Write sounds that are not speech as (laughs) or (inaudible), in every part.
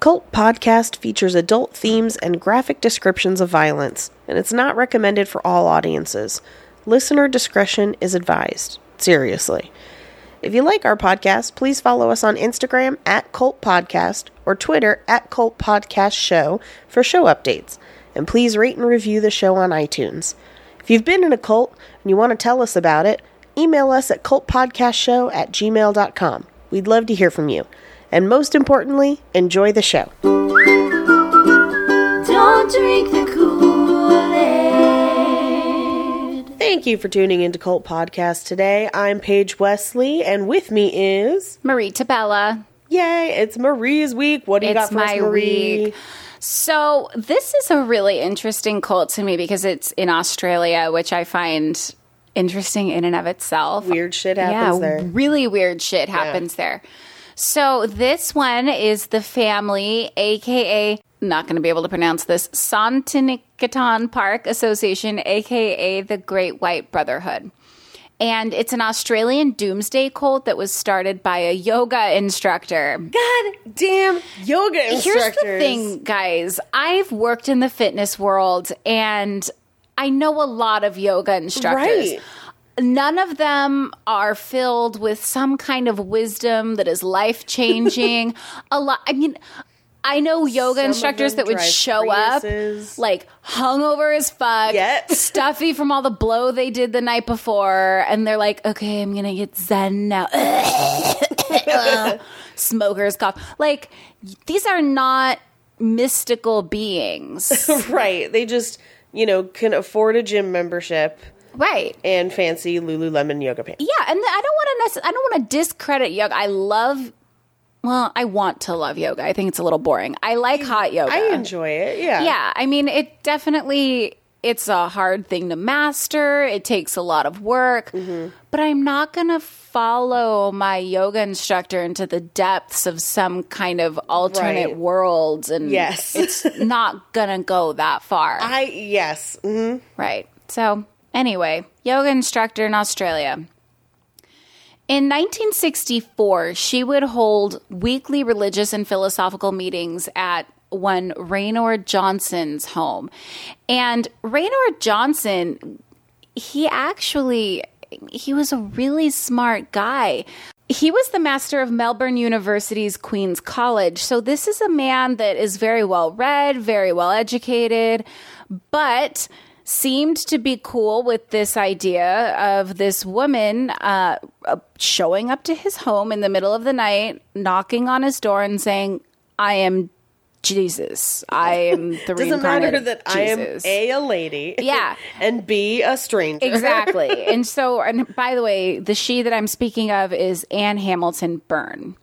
Cult Podcast features adult themes and graphic descriptions of violence, and it's not recommended for all audiences. Listener discretion is advised. Seriously. If you like our podcast, please follow us on Instagram at Cult Podcast or Twitter at Cult Podcast Show for show updates. And please rate and review the show on iTunes. If you've been in a cult and you want to tell us about it, email us at cultpodcastshow at gmail.com. We'd love to hear from you. And most importantly, enjoy the show. Don't drink the Kool-Aid. Thank you for tuning into Cult Podcast today. I'm Paige Wesley, and with me is, Marie Tabella. yay, it's Marie's week. What do you got It's for us, my Marie? week. So this is a really interesting cult to me because it's in Australia, which I find interesting in and of itself. Weird shit happens yeah, there. Really weird shit happens there. So this one is the family, aka not going to be able to pronounce this, Santiniketan Park Association, aka the Great White Brotherhood. And it's an Australian doomsday cult that was started by a yoga instructor. God damn yoga Here's instructors. the thing, guys. I've worked in the fitness world and I know a lot of yoga instructors. Right. None of them are filled with some kind of wisdom that is (laughs) life changing. a lot, I mean, I know yoga Some of instructors them that would drive show Priuses. up like hungover as fuck, Yeah. (laughs) stuffy from all the blow they did the night before, and they're like, okay, I'm gonna get zen (laughs) now. (laughs) smokers cough. Like these are not (laughs) mystical beings. Right. They just, you know, can afford a gym membership right. and fancy Lululemon yoga pants. Yeah, and I don't want to necess- I don't want to discredit yoga. I love well, I want to love yoga. I think it's a little boring. I like hot yoga. I enjoy it. Yeah. yeah, I mean, it definitely it's a hard thing to master. It takes a lot of work. Mm-hmm. But I'm not going to follow my yoga instructor into the depths of some kind of alternate Right. worlds and Yes. (laughs) it's not going to go that far. I yes. Mm, Right. So, anyway, yoga instructor in Australia. In 1964, she would hold weekly religious and philosophical meetings at one Raynor Johnson's home. And Raynor Johnson, he actually he was a really smart guy. He was the master of Melbourne University's Queen's College. So this is a man that is very well read, very well educated, but seemed to be cool with this idea of this woman uh, uh, showing up to his home in the middle of the night, knocking on his door and saying, "I am Jesus. I am the (laughs) Doesn't matter reincarnated that Jesus." I am A a lady. Yeah. (laughs) and B a stranger. (laughs) Exactly. and so, and by the way, the she that I'm speaking of is Anne Hamilton Byrne.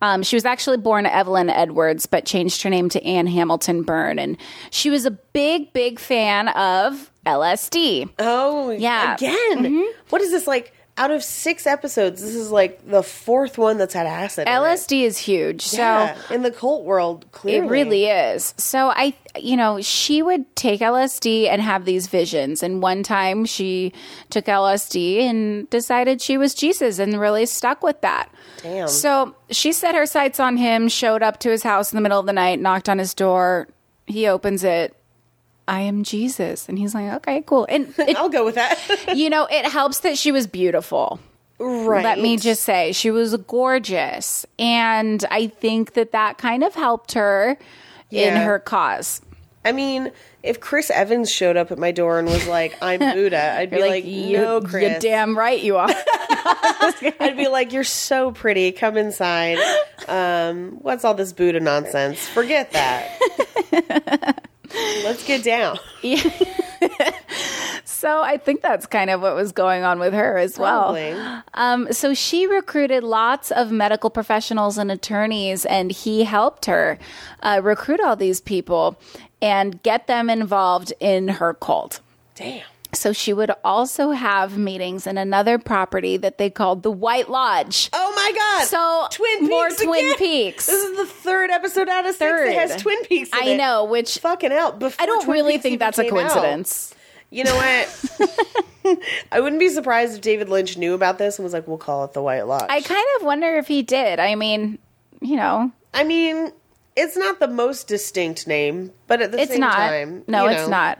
Um, she was actually born Evelyn Edwards, but changed her name to Anne Hamilton Byrne. And she was a big, big fan of LSD. Oh Yeah. Mm-hmm. Again. What is this like out of six episodes, this is like the fourth one that's had acid. in it. LSD is huge. So. Yeah, in the cult world, clearly. It really is. So I, you know, she would take LSD and have these visions. And one time she took LSD and decided she was Jesus and really stuck with that. Damn. So she set her sights on him, showed up to his house in the middle of the night, knocked on his door. He opens it. I am Jesus. And he's like, okay, cool. And, (laughs) it, I'll go with (laughs) that. you know, it helps that she was beautiful. right. Let me just say, she was gorgeous. And I think that that kind of helped her in Yeah. her cause. I mean, if Chris Evans showed up at my door and was like, (laughs) "I'm Buddha," I'd be like, "No, Chris." You're damn right you (laughs) are. I'd be like, "You're so pretty. Come (laughs) inside." Um, what's all this Buddha nonsense? Forget that. (laughs) Let's get down. so I think that's kind of what was going on with her as well. Probably. Um, so she recruited lots of medical professionals and attorneys, and he helped her uh, recruit all these people and get them involved in her cult. Damn. So she would also have meetings in another property that they called the White Lodge. Oh my god. So, Twin more Peaks Twin again. Peaks. This is the third episode out of Third. six that has Twin Peaks. In I it. know, which Fucking out. Before I don't Twin really Peaks think even that's a came out. coincidence. You know what? (laughs) I wouldn't be surprised if David Lynch knew about this and was like, "We'll call it the White Lodge." I kind of wonder if he did. I mean, you know, I mean, It's not the most distinct name, but at the It's same not. time, no, you it's know. not.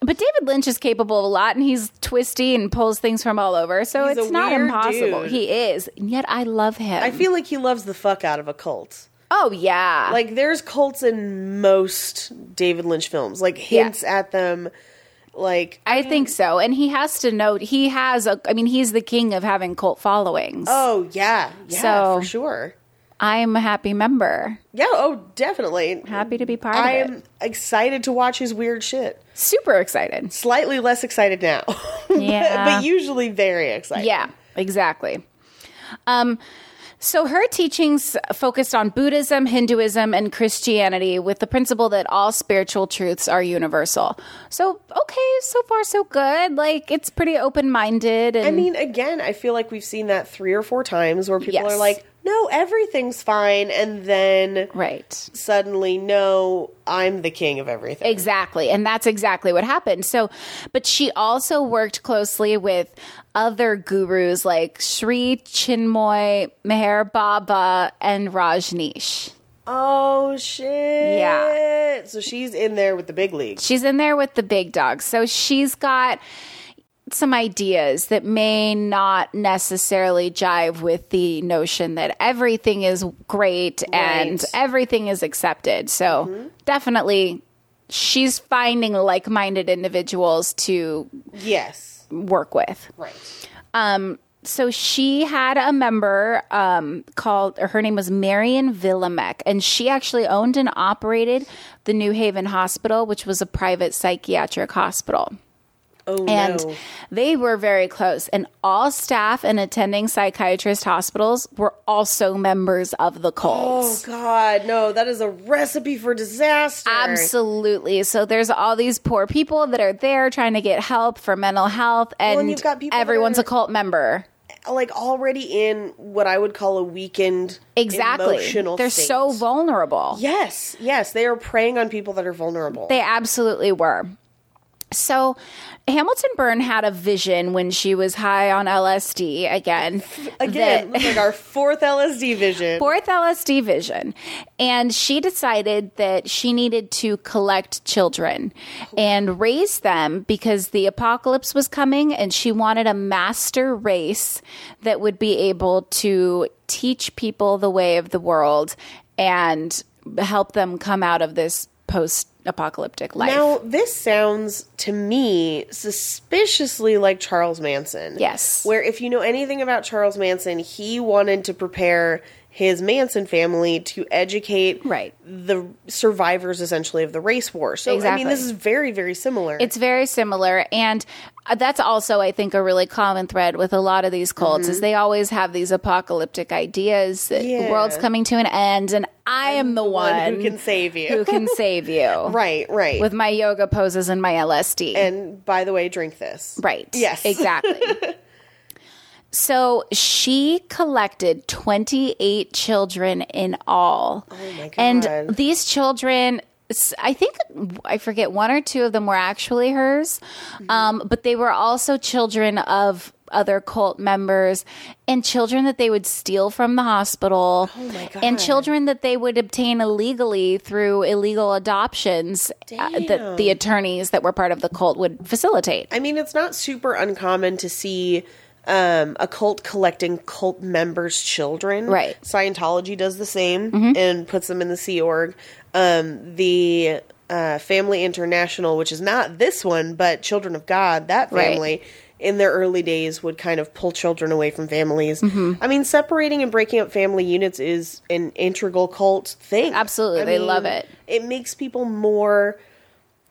But David Lynch is capable of a lot and he's twisty and pulls things from all over. So He's a it's not weird impossible. dude. He is. And yet I love him. I feel like he loves the fuck out of a cult. oh, yeah. Like there's cults in most David Lynch films, like hints at them, like I think so. And he has to know he has a I mean, he's the king of having cult followings. oh yeah, yeah So- for sure, I'm a happy member. yeah oh definitely. Happy to be part I of it. am excited to watch his weird shit. Super excited. Slightly less excited now, (laughs) But- Yeah. but usually very excited. Yeah, exactly. Um, so her teachings focused on Buddhism, Hinduism, and Christianity with the principle that all spiritual truths are universal. So, okay, so far so good. Like it's pretty open-minded and I mean, again, I feel like we've seen that three or four times where people Yes. are like, "No, everything's fine," and then right. suddenly, "No, I'm the king of everything." Exactly. And that's exactly what happened. So, but she also worked closely with other gurus like Sri Chinmoy, Meher Baba, and Rajneesh. Oh shit! Yeah. So she's in there with the big league. She's in there with the big dogs. So she's got some ideas that may not necessarily jive with the notion that everything is great and Right. everything is accepted. So definitely she's finding like minded individuals to Yes. work with. Right. Um, so she had a member um, called, or her name was Marion Villamek, and she actually owned and operated the New Haven Hospital, which was a private psychiatric hospital. Oh And no. they were very close, and all staff and attending psychiatrist hospitals were also members of the cults. Oh god, no! That is a recipe for disaster. Absolutely. So there's all these poor people that are there trying to get help for mental health, and, and you've got people that everyone's are- a cult member. Like already in what I would call a weakened, Exactly. emotional. They're state. so vulnerable. Yes, yes, they are preying on people that are vulnerable. They absolutely were. So Hamilton Byrne had a vision when she was high on LSD again. Again, that- looks like our fourth LSD vision. (laughs) fourth LSD vision. And she decided that she needed to collect children and raise them because the apocalypse was coming and she wanted a master race that would be able to teach people the way of the world and help them come out of this post apocalyptic life. Now, this sounds to me suspiciously like Charles Manson. Yes. Where, if you know anything about Charles Manson, he wanted to prepare his Manson family to educate Right. the survivors essentially of the race war. So, I mean, Exactly. this is very, very similar. It's very similar. And uh, that's also, I think, a really common thread with a lot of these cults Mm-hmm. is they always have these apocalyptic ideas that the Yeah. world's coming to an end and I am the one, one who can save you. who can save you. (laughs) right, right. With my yoga poses and my LSD. and by the way, drink this. Right. Yes. Exactly. (laughs) so she collected 28 children in all. Oh my God. And these children. s- I think I forget one or two of them were actually hers, Mm-hmm. um, but they were also children of other cult members and children that they would steal from the hospital Oh and children that they would obtain illegally through illegal adoptions uh, that the attorneys that were part of the cult would facilitate. I mean, it's not super uncommon to see um, a cult collecting cult members' children. Right. Mm-hmm. Scientology does the same and puts them in the Sea Org. Um, the uh, Family International, which is not this one, but Children of God, that Right. family. In their early days, would kind of pull children away from families. Mm-hmm. I mean, separating and breaking up family units is an integral cult thing. Absolutely. I They love it. It makes people more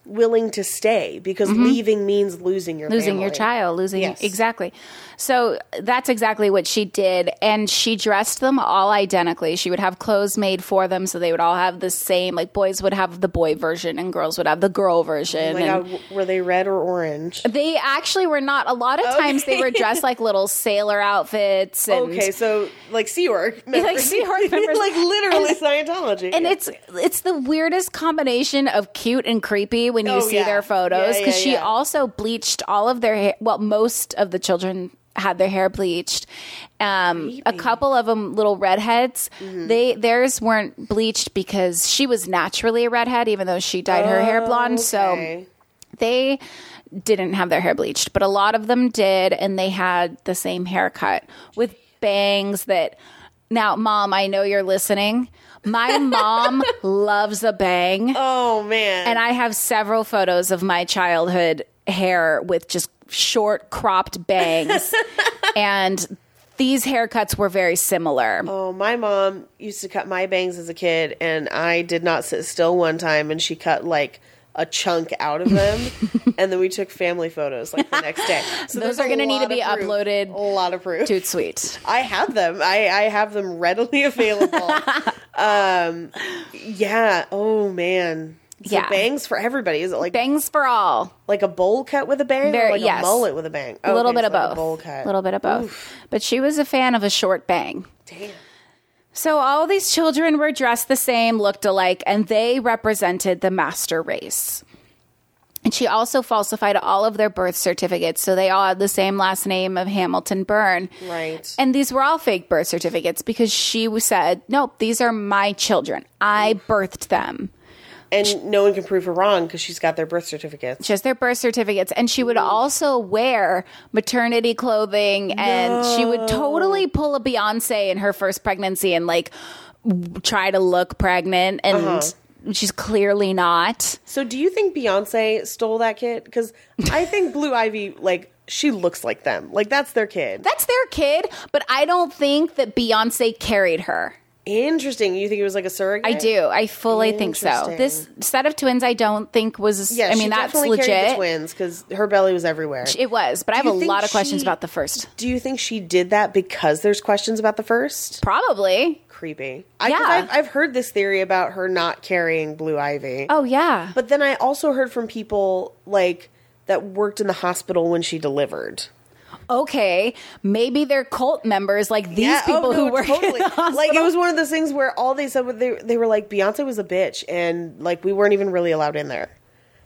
willing to stay because leaving means losing your Mm-hmm. losing your family. child losing Yes. exactly so that's exactly what she did and she dressed them all identically she would have clothes made for them so they would all have the same like boys would have the boy version and girls would have the girl Oh version my and god, w- were they red or orange? they actually were not a lot of times they were dressed like little sailor outfits (laughs) and Okay, so like Sea (laughs) Org, members. Sea (laughs) Org members. like literally Scientology, and Yeah. it's it's the weirdest combination of cute and creepy when you Oh, see yeah. their photos Yeah, because yeah, she yeah. also bleached all of their hair well most of the children had their hair bleached. Um, a couple of them, little redheads, Mm-hmm. they theirs weren't bleached because she was naturally a redhead, even though she dyed her hair blonde. So Oh, Okay. they didn't have their hair bleached, but a lot of them did, and they had the same haircut with bangs that. Now, mom, I know you're listening. My mom loves a bang. Oh man. And I have several photos of my childhood hair with just short cropped bangs. and these haircuts were very similar. Oh, my mom used to cut my bangs as a kid, and I did not sit still one time, and she cut like a chunk out of (laughs) them, and then we took family photos like the next day. So Those there's are a gonna need lot to of be proof. uploaded A lot of proof. Dude, sweet. I have them. I, I have them readily (laughs) available. um, yeah. Oh man. So Yeah. bangs for everybody. Is it like Bangs for all. like a bowl cut with a bang, Very- or like yes. a mullet with a bang? A little Okay, bit so of like both. A bowl cut. little bit of both. But she was a fan of a short bang. Damn. So all these children were dressed the same, looked alike, and they represented the master race. And she also falsified all of their birth certificates, so they all had the same last name of Hamilton Byrne. Right. And these were all fake birth certificates because she said, "Nope, these are my children. I birthed them." And no one can prove her wrong because she's got their birth certificates. just their birth certificates and she would also wear maternity clothing and she would totally pull a beyonce in her first pregnancy and like w- try to look pregnant and Uh-huh. she's clearly not So do you think Beyonce stole that kid? Because I (laughs) think Blue Ivy, like, she looks like them. Like, that's their kid. that's their kid but i don't think that beyonce carried her Interesting. You think it was like a surrogate? I do. I fully think so. This set of twins, I don't think was. Yeah, I she mean, that's definitely carried the legit. twins because her belly was everywhere. It was, but I have you a think lot of questions she- about the first. do you think she did that because there's questions about the first? Probably. Creepy. I, 'cause Yeah. I've, I've heard this theory about her not carrying Blue Ivy. Oh yeah. But then I also heard from people, like, that worked in the hospital when she delivered. okay, maybe they're cult members like these Yeah, people oh, no, who work in the hospital. Like it was one of those things where all they said was they they were like Beyonce was a bitch and like we weren't even really allowed in there.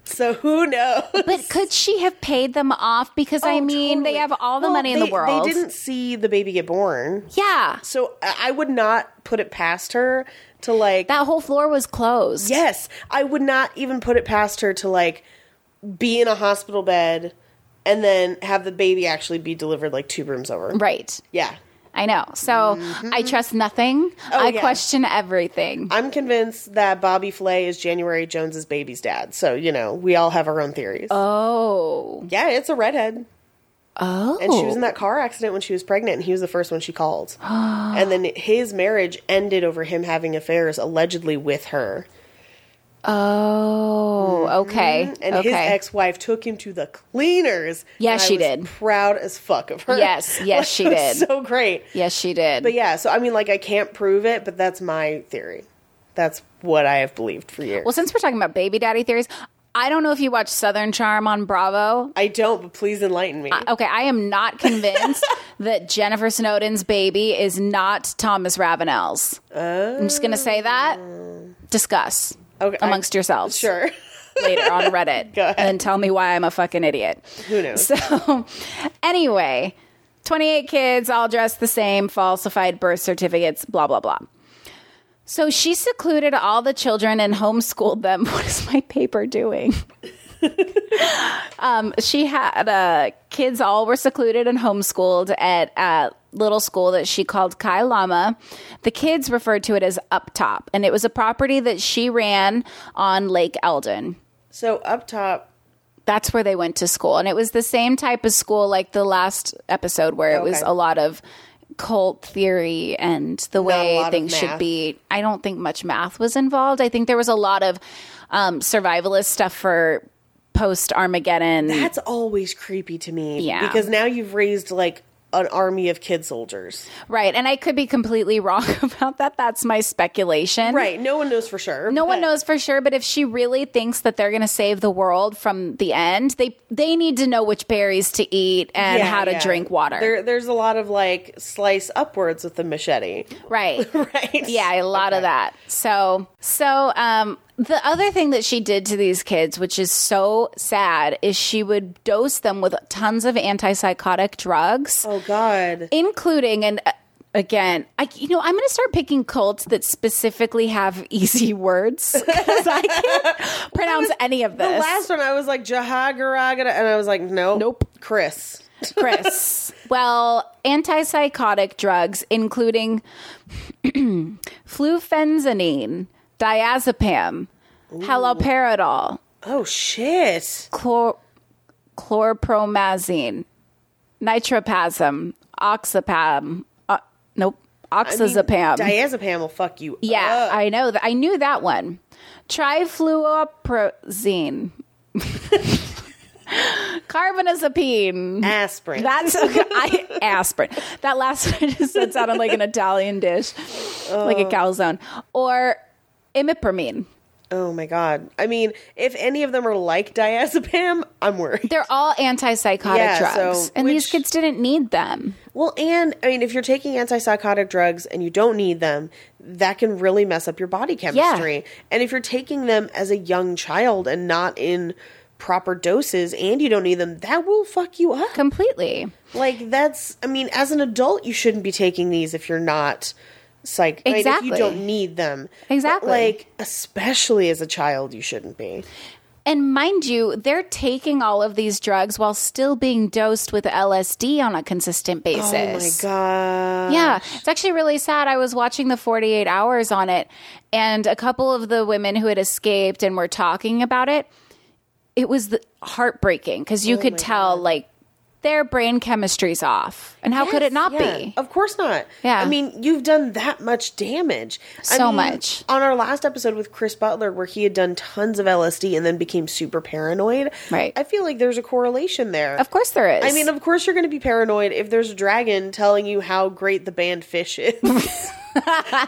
So who knows? But could she have paid them off? Because I mean, they have all the Oh, Well, money in the they- world. They didn't see the baby get born. Yeah, So I I would not put it past her to like that whole floor was closed. Yes, I would not even put it past her to like be in a hospital bed and then have the baby actually be delivered like two rooms over. right. Yeah. I know. So I trust nothing. I Mm-hmm. Oh, yeah. question everything. I'm convinced that Bobby Flay is January Jones's baby's dad. So, you know, we all have our own theories. Oh, Yeah, it's a redhead. oh, And she was in that car accident when she was pregnant, and he was the first one she called. and then his marriage ended over him having affairs allegedly with her. oh, okay, Mm-hmm. And okay. his ex wife took him to the cleaners. Yeah, and I she was did. Proud as fuck of her. (laughs) Yes, yes, she it was did. So great. yes, she did. But yeah, so I mean, like, I can't prove it, but that's my theory. That's what I have believed for years. Well, since we're talking about baby daddy theories, I don't know if you watch Southern Charm on Bravo. I don't, but please enlighten me. Okay, I am not convinced that Jennifer Snowden's baby is not Thomas Ravenel's. I'm just going to say that. Discuss Oh. okay, I- amongst (laughs) yourselves sure. (laughs) later on Reddit Go ahead. and tell me why I'm a fucking idiot. Who knows? So, anyway, 28 kids, all dressed the same, falsified birth certificates, blah, blah, blah. So she secluded all the children and homeschooled them. (laughs) What is my paper doing? um, she had uh, kids all were secluded and homeschooled at a little school that she called Kai Lama. The kids referred to it as Up Top, and it was a property that she ran on Lake Eldon. so, up top, That's where they went to school. And it was the same type of school like the last episode where it was Okay. a lot of cult theory and the lot way of things should math. be. I don't think much math was involved. I think there was a lot of um, survivalist stuff for post Armageddon. That's always creepy to me. Yeah. Because now you've raised like an army of kid soldiers. (laughs) Right. And I could be completely (laughs) wrong about that. That's my speculation. Right. No one knows for sure. No one but- knows for sure, but if she really thinks that they're going to save the world from the end, they they need to know which berries to eat and Yeah, how to yeah. drink water. There, there's a lot of like slice upwards with the machete. (laughs) right. Right. Yeah, a lot of that. So, so um The other thing that she did to these kids, which is so sad, is she would dose them with tons of antipsychotic drugs, Oh God. including and uh, again, I you know I'm going to start picking cults that specifically have (laughs) easy words because I (laughs) can't pronounce any of The this. last one I was like Jahagaragada, and I was like, nope, Nope. Chris. Chris. well, antipsychotic drugs, including (clears throat) flufenazine, diazepam, haloperidol, Oh shit. chlor- chlorpromazine, nitropasm, oxapam, uh, nope, oxazepam. Diazepam will fuck you. yeah, up. I know that. I knew that one. Trifluoprozine. (laughs) Carbonazepine. aspirin. That's okay. I aspirin. That last (laughs) one I just said sounded like an Italian dish, like a calzone or imipramine. oh my God. I mean, if any of them are like (laughs) diazepam, I'm worried. They're all antipsychotic Yeah, so drugs, and these which- kids didn't need them. Well, and I mean, if you're taking antipsychotic drugs and you don't need them, that can really mess up your body chemistry. And if you're taking them as a young child and not in proper doses and you don't need them, that will fuck you up. Completely. Like that's I mean, as an adult you shouldn't be taking these if you're not psych I mean, Exactly. if you don't need them. But, Exactly. like especially as a child you shouldn't be. And mind you, they're taking all of these drugs while still being dosed with LSD on a consistent basis. Oh my god. Yeah, it's actually really sad. I was watching the 48 hours on it, and a couple of the women who had escaped and were talking about it, it was the, heartbreaking because Oh you could tell, like, their brain chemistry's off. And how could it not Yeah, be? Of course not. Yeah. I mean, you've done that much damage. I So mean, much. On our last episode with Chris Butler, where he had done tons of LSD and then became super paranoid. Right. I feel like there's a correlation there. Of course there is. I mean, of course you're going to be paranoid if there's a dragon telling you how great the band Fish (laughs) is.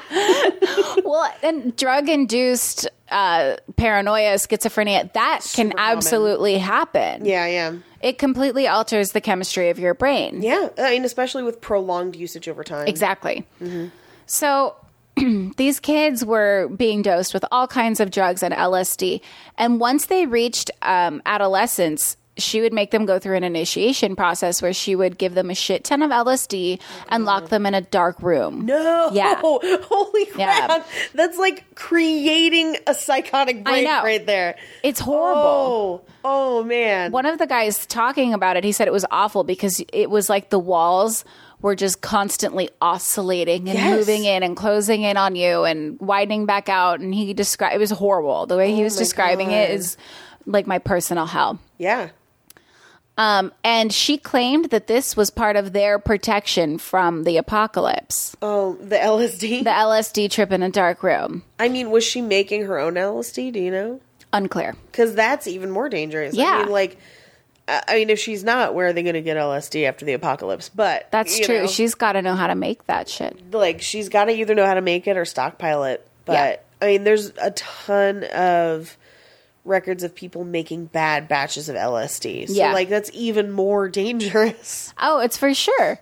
well, and drug induced uh, paranoia, schizophrenia, that can Supercommon. absolutely happen. yeah, yeah. It completely alters the chemistry of your brain. Yeah. I mean, especially with prolonged usage over time. Exactly. Mm-hmm. So (clears throat) these kids were being dosed with all kinds of drugs and LSD. And once they reached um, adolescence, she would make them go through an initiation process where she would give them a shit ton of LSD and lock them in a dark Mm-hmm. room. No. Yeah. (laughs) Holy Yeah. crap. That's like creating a psychotic break know. right there. It's horrible. Oh. Oh man. One of the guys talking about it, he said it was awful because it was like the walls were just constantly oscillating and Yes. moving in and closing in on you and widening back out. And he described it was horrible. The way he was describing it Oh God. is like my personal hell. Yeah. Um, and she claimed that this was part of their protection from the apocalypse. Oh, the LSD. The LSD trip in a dark room. I mean, was she making her own LSD? Do you know? Unclear. Because that's even more dangerous. Yeah. I mean, like, I I mean, if she's not, where are they going to get LSD after the apocalypse? But That's you true. know, She's got to know how to make that shit. like she's got to either know how to make it or stockpile it. But Yeah. I mean, there's a ton of records of people making bad batches of LSD. So Yeah. like that's even more (laughs) dangerous. Oh, it's for sure.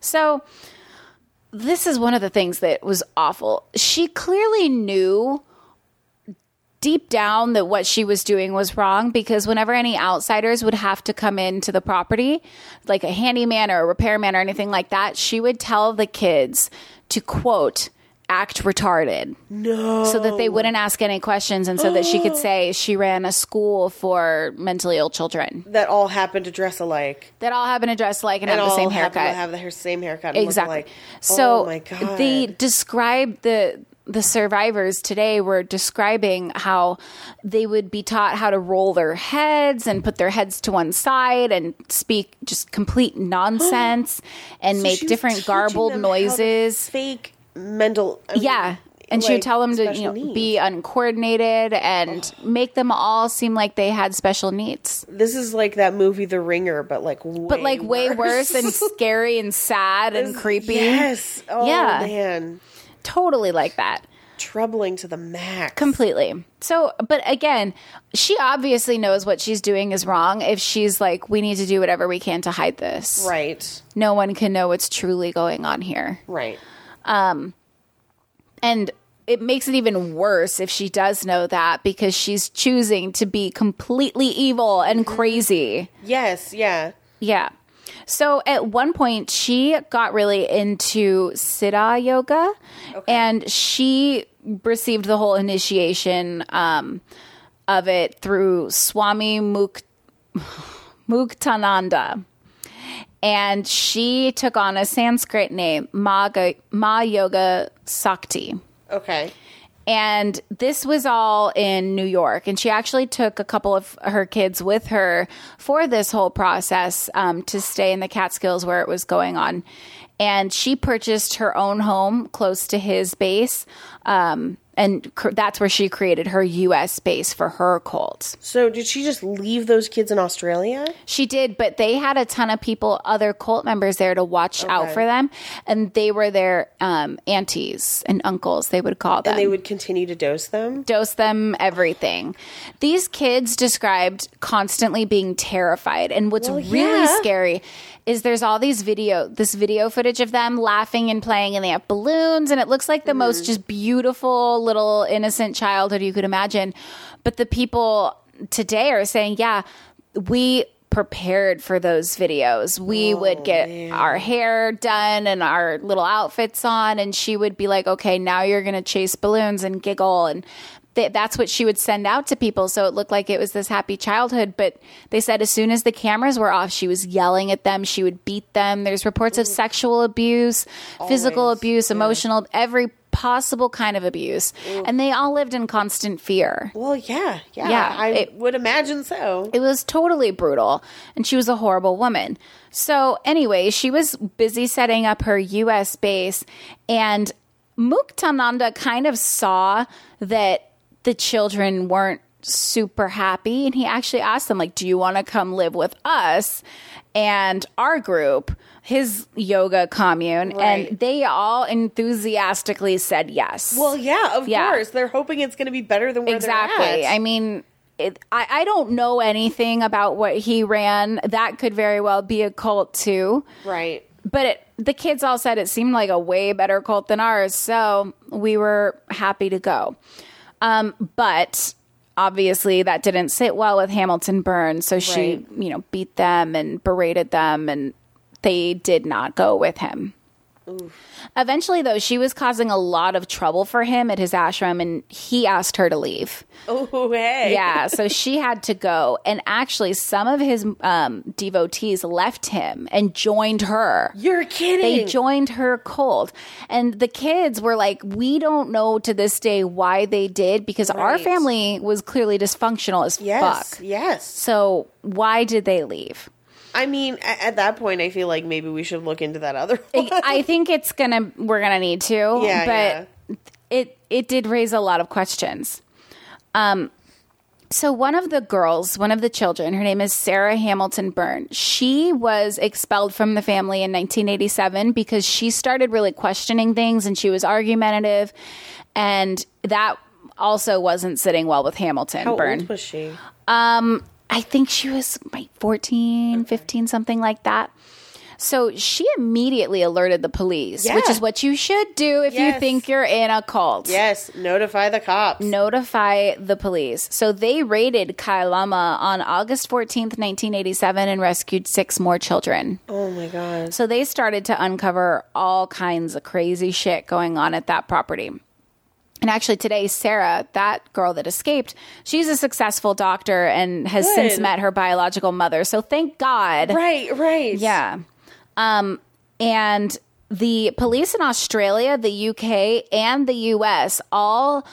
So this is one of the things that was awful. She clearly knew deep down that what she was doing was wrong because whenever any outsiders would have to come into the property, like a handyman or a repairman or anything like that, she would tell the kids to quote act retarded No. so that they wouldn't ask any questions and so that she could say she ran a school for mentally ill children That all happen to dress alike that all happen to dress like and, and have the all same happen haircut to have the hair- same haircut. and look exactly alike. so oh my god, they describe the the survivors today were describing how they would be taught how to roll their heads and put their heads to one side and speak just (gasps) complete nonsense and So make she was different teaching garbled them how to noises fake mental. I mean, yeah and she would like, tell them to you know, special be needs. uncoordinated and make them all seem like they had special needs This is like that movie, The Ringer, but like way but like way worse and scary and (laughs) sad and creepy Yes. Oh Yeah. man, totally like that troubling to the max. Completely. So, but again, she obviously knows what she's doing is wrong if she's like, we need to do whatever we can to hide this. right. No one can know what's truly going on here. Right. And it makes it even worse if she does know that because she's choosing to be completely evil and crazy. Yes, yeah. Yeah. So at one point, she got really into Siddha yoga and she received the whole initiation um, of it through Swami Muk- (sighs) Muktananda. And she took on a Sanskrit name, Maga- Ma Yoga Sakti. Okay. And this was all in New York. And she actually took a couple of her kids with her for this whole process um, to stay in the Catskills where it was going on. And she purchased her own home close to his base. Um, and cr- that's where she created her U.S. base for her cult. So did she just leave those kids in Australia? She did, but they had a ton of people, other cult members there to watch out Okay. for them. And they were their um, aunties and uncles, they would call them They would continue to dose them? dose them everything. These kids described constantly being terrified. And what's really yeah. scary is there's all these video, this video footage of them laughing and playing, and they have balloons, and it looks like the most just beautiful little innocent childhood you could imagine. But the people today are saying, yeah, we prepared for those videos. We would get our hair done and our little outfits on, and she would be like, okay, now you're going to chase balloons and giggle. And th- that's what she would send out to people. So it looked like it was this happy childhood. But they said as soon as the cameras were off, she was yelling at them. She would beat them. There's reports of sexual abuse, physical abuse, emotional, every possible kind of abuse. And they all lived in constant fear. Well, yeah, yeah. Yeah, I it- would imagine so. It was totally brutal, and she was a horrible woman. So, anyway, she was busy setting up her US base, and Muktananda kind of saw that the children weren't super happy, and he actually asked them, like, do you want to come live with us and our group, his yoga commune? Right. And they all enthusiastically said yes. Well, yeah, of Yeah. course. They're hoping it's going to be better than where Exactly. they're at. I mean, it, I, I don't know anything about what he ran. That could very well be a cult too. right. But it, the kids all said it seemed like a way better cult than ours. So we were happy to go. Um, but obviously that didn't sit well with Hamilton Burns. So she, Right. you know, beat them and berated them and they did not go with him. Eventually, though, she was causing a lot of trouble for him at his ashram, and he asked her to leave. Oh, hey. Yeah, so she had to go. And actually, some of his um, devotees left him and joined her. You're kidding. They joined her cold. And the kids were like, we don't know to this day why they did because our Right. family was clearly dysfunctional as yes. fuck. Yes. So, why did they leave? I mean, a- at that point, I feel like maybe we should look into that other (laughs) one. I think it's gonna we're gonna need to. (laughs) Yeah, but it it did raise a lot of questions. Um so one of the girls, one of the children, her name is Sarah Hamilton Byrne. She was expelled from the family in 1987 because she started really questioning things and she was argumentative and that also wasn't sitting well with Hamilton How Byrne. old was she? I think she was like 14, 15, something like that. So she immediately alerted the police, which Yeah. is what you should do if you Yes. think you're in a cult. Yes. Notify the cops. Notify the police. So they raided Kailama on August 14th, 1987, and rescued six more children. Oh, my God. So they started to uncover all kinds of crazy shit going on at that property. And actually, today, Sarah, that girl that escaped, she's a successful doctor and has since Good. met her biological mother. So thank God. Right, right. Yeah. Um, and the police in Australia, the UK, and the US all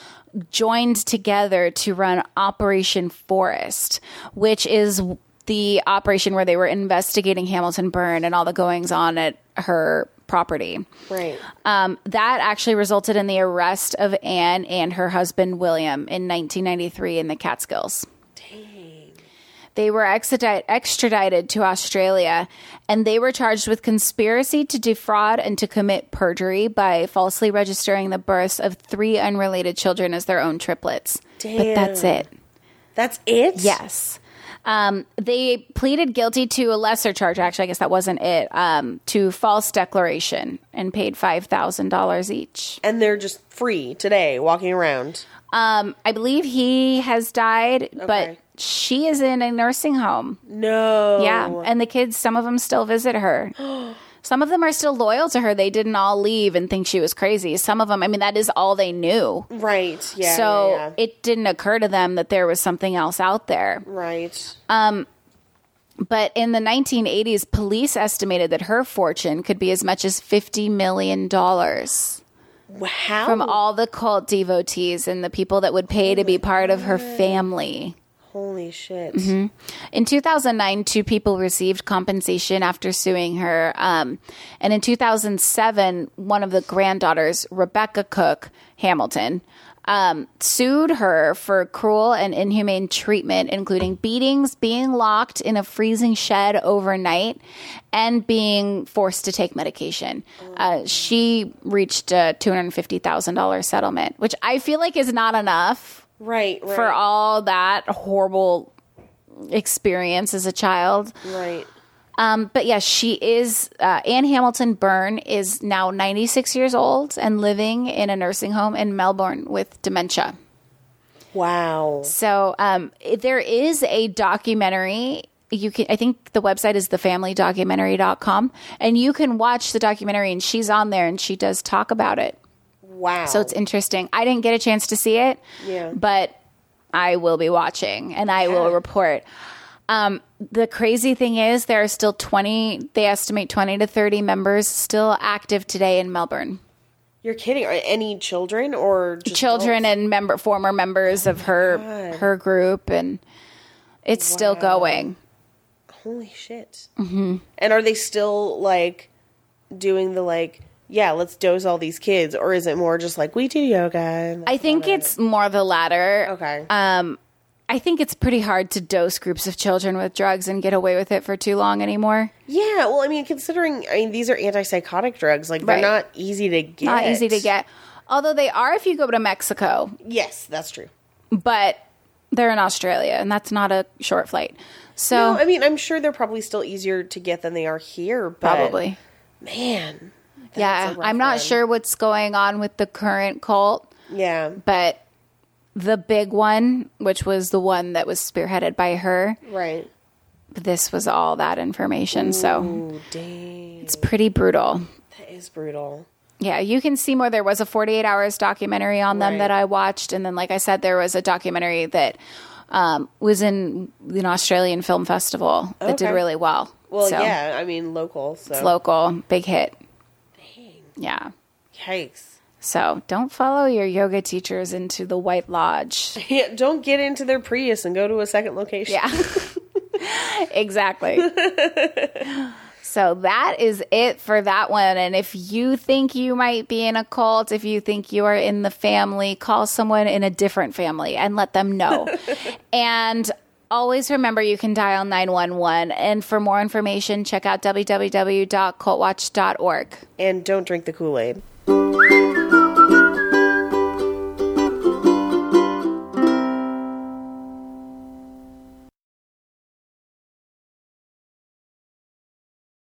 joined together to run Operation Forest, which is the operation where they were investigating Hamilton Byrne and all the goings on at her property. Right. Um, that actually resulted in the arrest of Anne and her husband William in 1993 in the Catskills. They were extradite, extradited to Australia and they were charged with conspiracy to defraud and to commit perjury by falsely registering the births of three unrelated children as their own triplets. But that's Damn. it. That's it? Yes. Um, they pleaded guilty to a lesser charge. Actually, I guess that wasn't it. Um, to false declaration and paid five thousand dollars each. And they're just free today, walking around. Um, I believe he has died, Okay. but she is in a nursing home. No. Yeah, and the kids, some of them still visit (gasps) her. Some of them are still loyal to her. They didn't all leave and think she was crazy. Some of them, I mean, that is all they knew. Right. Yeah. so yeah, yeah. it didn't occur to them that there was something else out there. right. uh, But in the 1980s, police estimated that her fortune could be as much as $50 million dollars How? from all the cult devotees and the people that would pay to be part of her family. Holy shit. Mm-hmm. In 2009, two people received compensation after suing her. Um, and in 2007, one of the granddaughters, Rebecca Cook Hamilton, um, sued her for cruel and inhumane treatment, including beatings, being locked in a freezing shed overnight, and being forced to take medication. Uh, she reached a $250,000 settlement, which I feel like is not enough Right. Right. for all that horrible experience as a child. right. Um, but yes, she is. Uh, Anne Hamilton Byrne is now 96 years old and living in a nursing home in Melbourne with dementia. Wow. So um, i- there is a documentary. You can, I think the website is thefamilydocumentary.com, and you can watch the documentary, and she's on there and she does talk about it. Wow. So it's interesting. I didn't get a chance to see it. Oh. Yeah. But I will be watching and I will report. Um, the crazy thing is there are still 20, they estimate 20 to 30 members still active today in Melbourne. You're kidding. Are any children or just Oh Children and member former members of her God. her group and it's still going. adults? Holy shit. Mm-hmm. And are they still like doing the like? Yeah, let's dose all these kids, or is it more just like we do yoga? And I think it's more the latter. okay. Um I think it's pretty hard to dose groups of children with drugs and get away with it for too long anymore. yeah. Well, I mean, considering I mean these are antipsychotic drugs, like Right. they're not easy to get. Not easy to get. Although they are if you go to Mexico, Yes, that's true. but they're in Australia and that's not a short flight. So No, I mean, I'm sure they're probably still easier to get than they are here. But probably. man. that's a Yeah. rough I'm not one. sure what's going on with the current cult, Yeah. but the big one, which was the one that was spearheaded by her, Right. this was all that information. So Oh dang, it's pretty brutal. that is brutal. Yeah, you can see more. There was a 48 hours documentary on them Right. that I watched. And then, like I said, there was a documentary that um, was in an Australian film festival that did Okay. really well. Well, So, yeah, I mean local, so It's local, big hit. Yeah. yikes. (laughs) So don't follow your yoga teachers into the White Lodge. Yeah, don't get into their Prius and go to a second location. Yeah. (laughs) exactly. so that is it for that one. And if you think you might be in a cult, if you think you are in the family, call someone in a different family and let them know. and always remember you can dial 911. And for more information, check out www.cultwatch.org. and don't drink the Kool Aid.